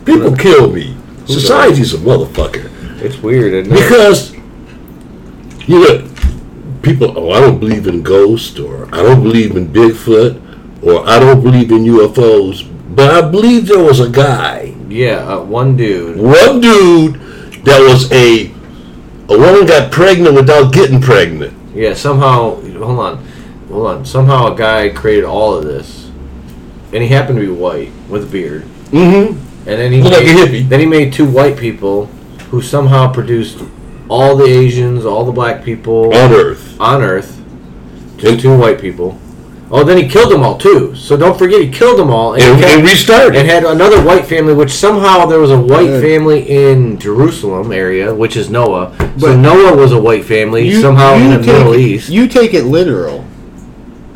people kill me. Society's a motherfucker.
It's weird, isn't it?
Because, you know, people, oh, I don't believe in ghosts, or I don't believe in Bigfoot, or I don't believe in UFOs, but I believe there was a guy,
Yeah, uh, one dude.
one dude, that was a, a woman got pregnant without getting pregnant.
Yeah, somehow. Hold on, hold on. Somehow a guy created all of this, and he happened to be white with a beard.
Mm-hmm.
And then he
Look like a
made,
hippie.
then he made two white people who somehow produced all the Asians, all the black people
On Earth.
on Earth. Just two white people. Oh, then he killed them all too. So don't forget he killed them all and,
And,
kept-
and restarted.
and had another white family, which somehow there was a white
Yeah.
family in Jerusalem area, which is Noah. so
But-
Noah was a white family somehow in the
take,
Middle East.
you take it literal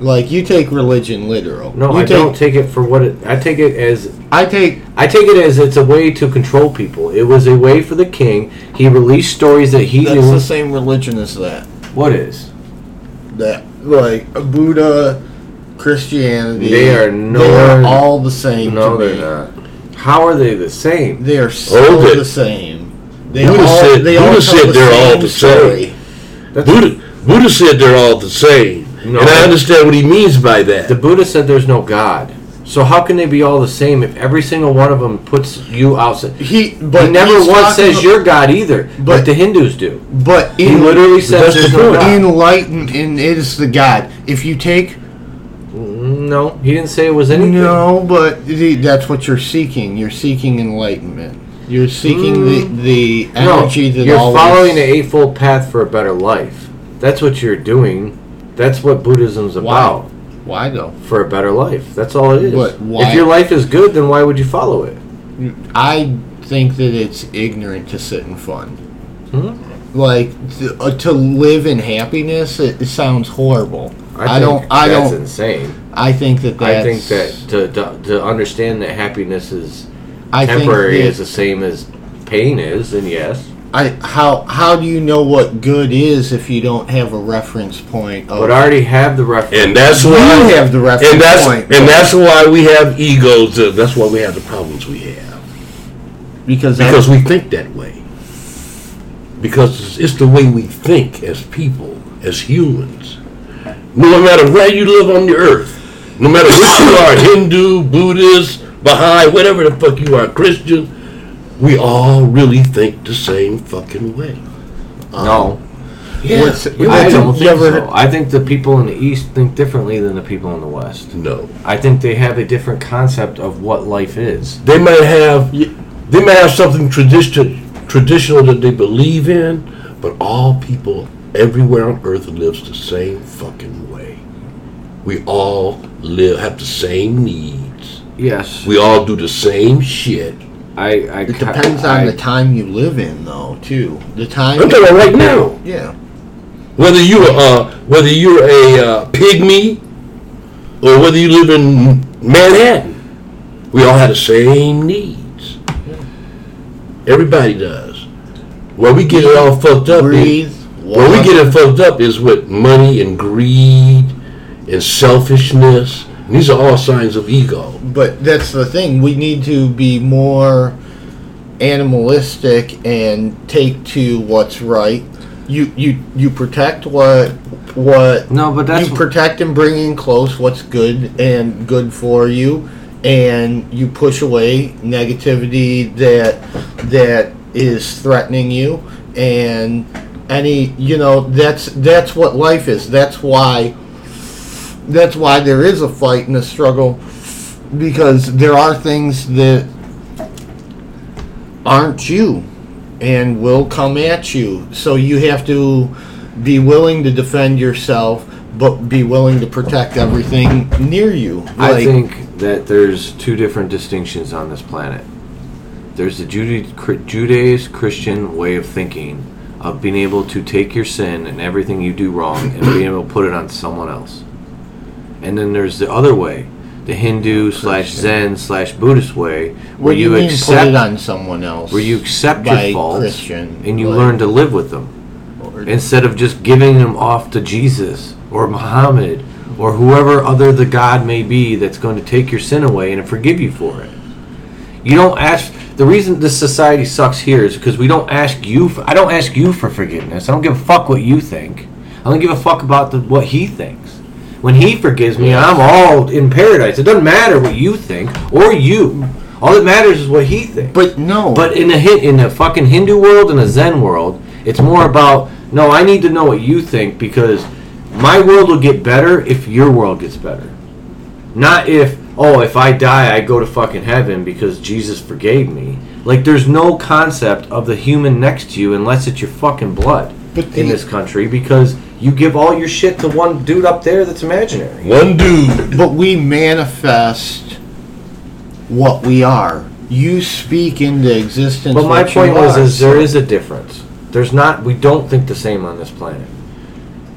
like you take religion literal
no,
you
I
take,
don't take it for what it. I take it as
i take
I take it as it's a way to control people. It was a way for the king. He released stories that he
that's
knew.
the same religion as that
What is?
that like buddha christianity
They are
they are
no-
all the same
No,
to me.
they're not. How are they the same?
they are so
Okay.
the same they
Buddha
all,
said-
they
Buddha
all
said
tell the
they're all
same
the same.
story.
That's-
Buddha, Buddha said they're all the same.
No.
And I understand what he means by that.
The Buddha said there's no God. So how can they be all the same if every single one of them puts you outside?
He,
But
but
he never
he's
once
talking
says
ab-
you're God either. But,
But-
the Hindus do.
But
He
in,
literally
That's
says there's
the
no
point.
God.
enlightened and is the God. If you take
No, he didn't say it was anything.
no, but the, that's what you're seeking. You're seeking enlightenment. You're seeking the the
Mm. No,
energy that
you're
always-
following the eightfold path for a better life. That's what you're doing. That's what Buddhism's
Why?
about
Why though?
for a better life. That's all it is.
But why-
If your life is good, then why would you follow it?
I think that it's ignorant to sit in fun.
Hmm?
Like to, uh, to live in happiness, it, it sounds horrible. I, don't. I
that's
don't.
insane.
I think that
I
that's.
think that to, to to understand that happiness is
I think
temporary
that-
is the same as pain is, then yes.
I how how do you know what good is if you don't have a reference point? Of,
But I already have the reference.
And that's
You
why
have the reference
and that's,
point.
And that's why we have egos. uh, That's why we have the problems we have.
because that-
Because we think that way. Because it's, it's the way we think as people, as humans. No matter where you live on the earth, no matter what you are, Hindu, Buddhist, Baha'i, whatever the fuck you are, Christian, we all really think the same fucking way.
no,
Yeah.
What's-
we
I
what's-
all
don't
you
think
ever-
so. I think the people in the East think differently than the people in the West.
No.
I think they have a different concept of what life is.
They might have
Ye-
they might have something traditional traditional that they believe in, but all people everywhere on earth lives the same fucking way. We all live have the same needs.
Yes,
We all do the same shit.
I. I
it depends on the time you live in, though. Too the time.
I'm talking about right now.
yeah,
Whether you are uh, whether you're a uh, pygmy or whether you live in Manhattan, we all have the same needs. Everybody does. Where we get it all fucked up. is-
breathe.
Where we
walk.
get it fucked up is with money and greed and selfishness. These are all signs of ego.
But that's the thing. We need to be more animalistic and take to what's right. You you you protect what what
No, but that's
you protect and bring in close what's good and good for you, and you push away negativity that that is threatening you, and any you know that's that's what life is. That's why that's why there is a fight and a struggle because there are things that aren't you and will come at you. So you have to be willing to defend yourself, but be willing to protect everything near you.
I
Like,
think that there's two different distinctions on this planet. There's the Judaism Christian way of thinking of being able to take your sin and everything you do wrong and being able to put it on someone else. And then there's the other way, the Hindu slash Zen slash Buddhist way,
What
where
do you,
you
mean put it
accept
on someone else?
where you accept
by
your faults
Christian,
and you
like-
learn to live with them instead of just giving them off to Jesus or Muhammad or whoever other the God may be that's going to take your sin away and forgive you for it. You don't ask. The reason this society sucks here is because we don't ask you. For, I don't ask you for forgiveness. I don't give a fuck what you think. I don't give a fuck about the, what he thinks. When he forgives me, I'm all in paradise. It doesn't matter what you think or you. All that matters is what he thinks.
But no.
But in the hi- in the fucking Hindu world and the Zen world, it's more about no. I need to know what you think because my world will get better if your world gets better. Not if oh, if I die, I go to fucking heaven because Jesus forgave me. Like there's no concept of the human next to you unless it's your fucking blood
But
in
the-
this country because you give all your shit to one dude up there that's imaginary.
One dude.
But we manifest what we are. You speak into existence.
But my
what
point
you
was,
are.
is there is a difference. There's not. We don't think the same on this planet.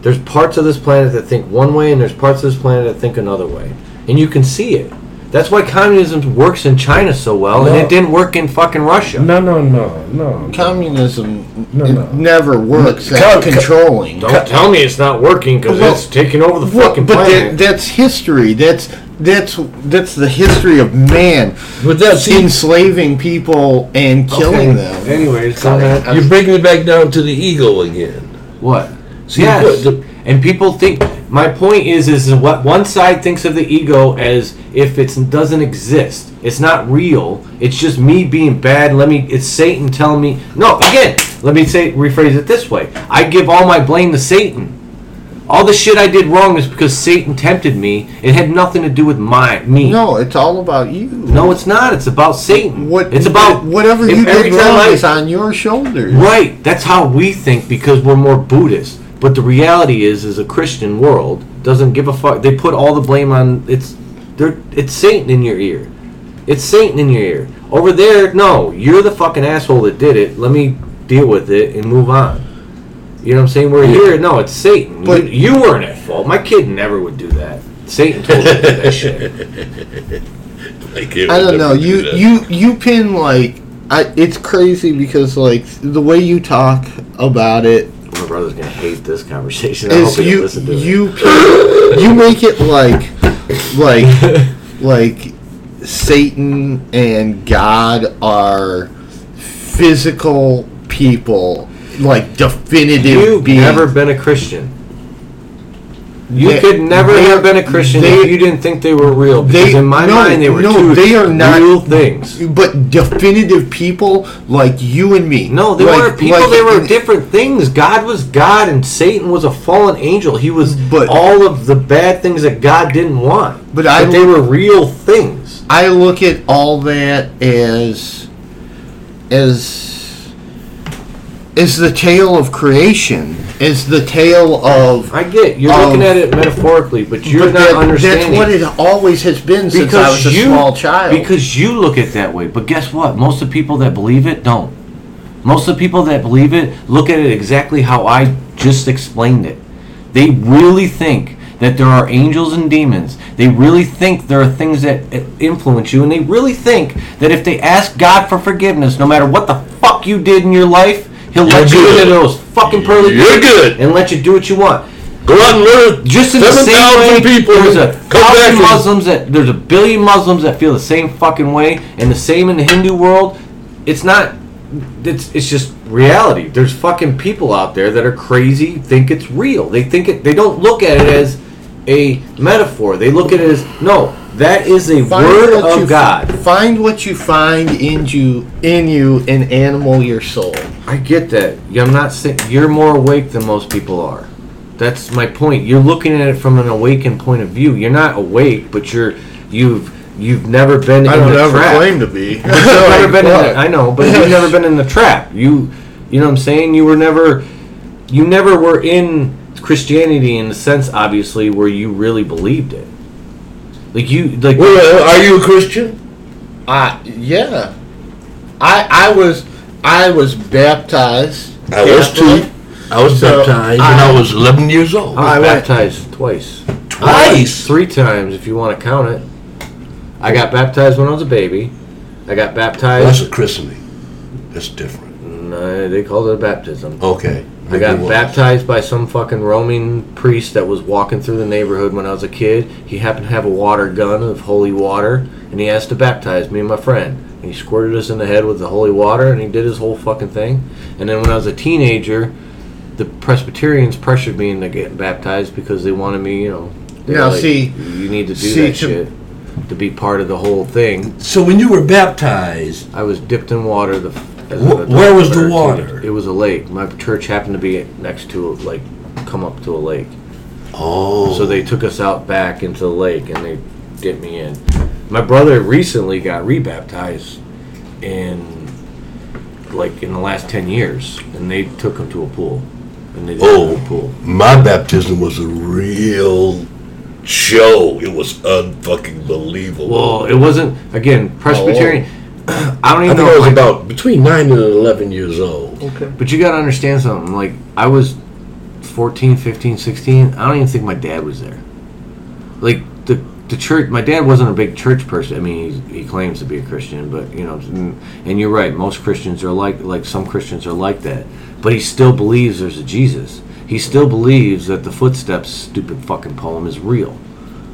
There's parts of this planet that think one way, and there's parts of this planet that think another way, and you can see it. That's why communism works in China so well, and
No.
it didn't work in fucking Russia.
No, no, no, no.
communism
No,
it
no.
never works at
Com- com-
controlling.
Don't tell me it's not working because
Well,
it's taking over the
Well,
fucking
but
planet.
that, that's history. That's that's that's the history of man
But that's you
enslaving people and killing them.
Anyways, so that-
you're bringing it back down to the ego again.
What?
See,
yes.
the- the-
and people think. My point is, is what one side thinks of the ego as if it doesn't exist. It's not real. It's just me being bad. Let me. It's Satan telling me. No. Again, let me say rephrase it this way. I give all my blame to Satan. All the shit I did wrong is because Satan tempted me. It had nothing to do with my me.
No, it's all about you.
No, it's not. It's about Satan.
What
It's about
whatever
if
you
every
did
time
wrong
I-
is on your shoulders.
Right. That's how we think because we're more Buddhist. But the reality is, is a Christian world doesn't give a fuck. They put all the blame on it's. They're, it's Satan in your ear. It's Satan in your ear. Over there, no, you're the fucking asshole that did it. Let me deal with it and move on. You know what I'm saying? We're here. No, it's Satan.
But-
But you, you weren't at fault. My kid never would do that. Satan told him to do that shit.
Like it
I
would
don't know.
never do
You
that.
you you pin like I, it's crazy because like the way you talk about it
My brother's gonna hate this conversation. I hope
is
he you,
you
listen to it.
you pin- you make it like like like Satan and God are physical people, like definitive
You've
beings.
never been a Christian. You
They-
could never
they-
have been a Christian
they-
if you didn't think they were real. Because
they-
in my
no,
mind, they were
no,
two
they are not-
real things.
but definitive people like you and me.
No, they
Like-
were people.
like
they were
in-
different things. God was God, and Satan was a fallen angel. He was
But-
all of the bad things that God didn't want.
But I-
they were real things.
I look at all that as as as the tale of creation, as the tale of
I get you're
Um,
looking at it metaphorically, but you're
but
not
that-
understanding.
That's what it always has been since I was a small child.
Because you look at it that way. But guess what? Most of the people that believe it don't. Most of the people that believe it look at it exactly how I just explained it. They really think that there are angels and demons. They really think there are things that uh, influence you, and they really think that if they ask God for forgiveness, no matter what the fuck you did in your life, He'll let
You're
you
good.
into those fucking pearly
You're
gates
good.
and let you do what you want
Go out and learn.
just in the
seven
same way
thousand people.
there's a
come back
thousand
and-
Muslims that there's a billion Muslims that feel the same fucking way and the same in the Hindu world. It's not it's it's just reality. There's fucking people out there that are crazy, think it's real. They think it they don't look at it as a metaphor. They look at it as no, that is a word
what you
of God.
Find what you find in you in you and animal your soul.
I get that. Yeah, I'm not saying you're more awake than most people are. That's my point. You're looking at it from an awakened point of view. You're not awake, but you're you've you've never been in the trap.
to be.
You've never been in
Like,
the, I know, but you've never been in the trap. You you know what I'm saying? You were never you never were in Christianity in the sense, obviously, where you really believed it. Like you, like
Well, are you a Christian?
I yeah. I I was I was baptized.
I was
Catholic.
too. I was
So,
baptized when
I-
I was 11 years old.
I was
I went-
baptized twice,
Twice.
three times if you want to count it. I got baptized when I was a baby. I got
That's
baptized.
a christening. That's different.
No, they called it a baptism.
Okay.
I
Maybe it
got
was.
baptized by some fucking Roman priest that was walking through the neighborhood when I was a kid. He happened to have a water gun of holy water, and he asked to baptize me and my friend. And he squirted us in the head with the holy water, and he did his whole fucking thing. And then when I was a teenager, the Presbyterians pressured me into getting baptized because they wanted me, you know. they were
Now, see-
you need to do
see,
that
to-
shit to be part of the whole thing.
So when you were baptized,
I was dipped in water. The as
Wh-
an adult
where was
or
the
a teenager.
water?
It was a lake. My church happened to be next to a, like come up to a lake.
oh,
So they took us out back into the lake and they dipped me in. My brother recently got rebaptized in like in the last ten years, and they took him to a pool. And they did him in
Oh.
a pool.
my baptism was a real show. It was unfucking believable.
Well, it wasn't again Presbyterian. I don't
Oh. I think
even know.
I was
like-
about between nine and eleven years old.
Okay.
But you got to understand something. Like, I was 14, 15, 16. I don't even think my dad was there. Like, the, the church, my dad wasn't a big church person. I mean, he, he claims to be a Christian, but, you know, and you're right. Most Christians are like, like, some Christians are like that. But he still believes there's a Jesus. He still believes that the footsteps stupid fucking poem is real.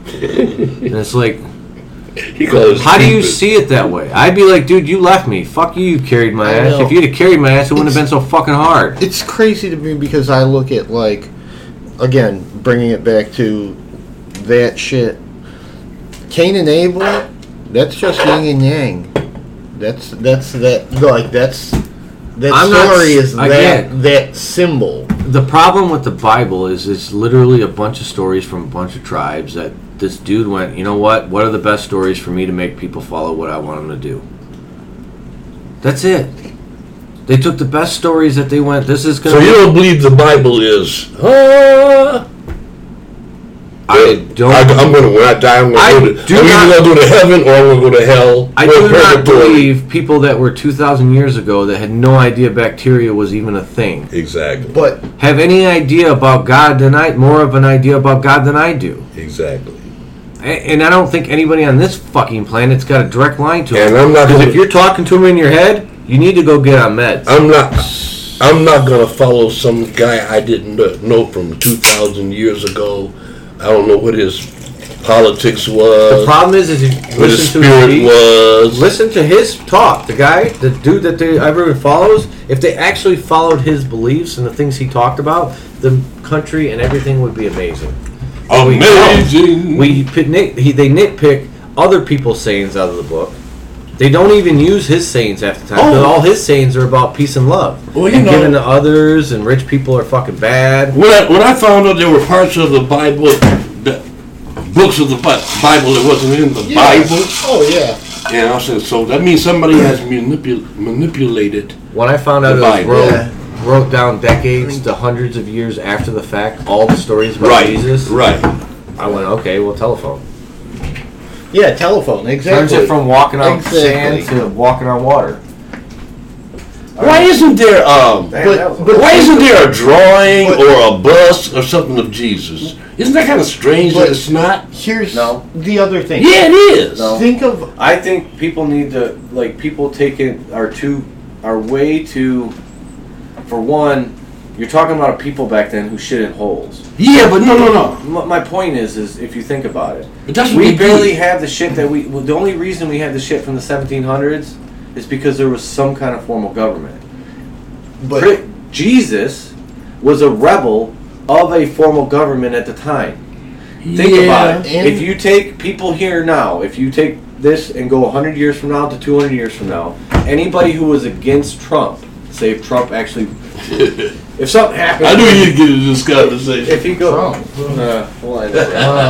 and it's like,
He goes,
how do you see it that way? I'd be like, dude, you left me. Fuck you, you carried my
I
ass.
know.
If you'd have carried my ass, it wouldn't have been so fucking hard.
It's crazy to me because I look at like again bringing it back to that shit. Cain and Abel, that's just yin and yang. That's that's that like that's that
I'm not
story
s-
is
I
that
get-
that symbol.
The problem with the Bible is it's literally a bunch of stories from a bunch of tribes that this dude went, you know what? What are the best stories for me to make people follow what I want them to do? That's it. They took the best stories that they went, this is
So
going to
you
be.
don't believe the Bible is? Ah,
I
I,
don't.
am gonna when I die, I'm gonna
I
go to.
do
I'm either
not-
gonna go to heaven or I'm gonna go to hell.
I
or
do not
purgatory.
believe people that were 2,000 years ago that had no idea bacteria was even a thing
Exactly.
But
have any idea about God than I, more of an idea about God than I do.
Exactly.
A- And I don't think anybody on this fucking planet's got a direct line to him.
And I'm not
Because
gonna-
if you're talking to him in your head, you need to go get on meds.
I'm not. I'm not gonna follow some guy I didn't kn- know from 2,000 years ago. I don't know what his politics
the
was,
problem is, is if you
what his
listen to his
spirit
speech,
was.
listen to his talk. The guy, the dude that they, everyone follows, if they actually followed his beliefs and the things he talked about, the country and everything would be amazing. we
Amazing.
We pit- nit- he, they nitpick other people's sayings out of the book. They don't even use his sayings half the time. 'cause
Oh.
All his sayings are about peace and love.
Well, you
and
know-
giving to others, and rich people are fucking bad.
When I, when I found out there were parts of the Bible, that, books of the Bi- Bible that wasn't in the Bible,
Oh yeah.
and I said, so that means somebody has manipul- manipulated.
When I found out it
Divine.
was wrote,
Yeah.
wrote down decades to hundreds of years after the fact, all the stories about Jesus,
right.
I went, okay, well, telephone.
Yeah, telephone, exactly.
Turns it from walking on
Exactly.
sand to walking on water.
Why isn't there um?
but, but
Why isn't there a drawing
But-
or a bust or something of Jesus? Isn't that kind of strange
But-
that it's not?
here's
No.
the other thing.
Yeah, it is.
No.
Think of
I think people need to like people taking are too are way too. For one, you're talking about a people back then who shit in holes.
Yeah, but no, no, no.
M- my point is, is if you think about it,
But that's what
we
we
barely
do.
have the shit that we. Well, the only reason we have the shit from the 1700s is because there was some kind of formal government.
but
Cri- Jesus was a rebel of a formal government at the time. Think about it.
and-
if you take people here now, if you take this and go 100 years from now to 200 years from now, anybody who was against Trump, say if Trump actually, if something happened,
I knew you'd get into this conversation.
If he go,
Trump.
Uh, well, I know.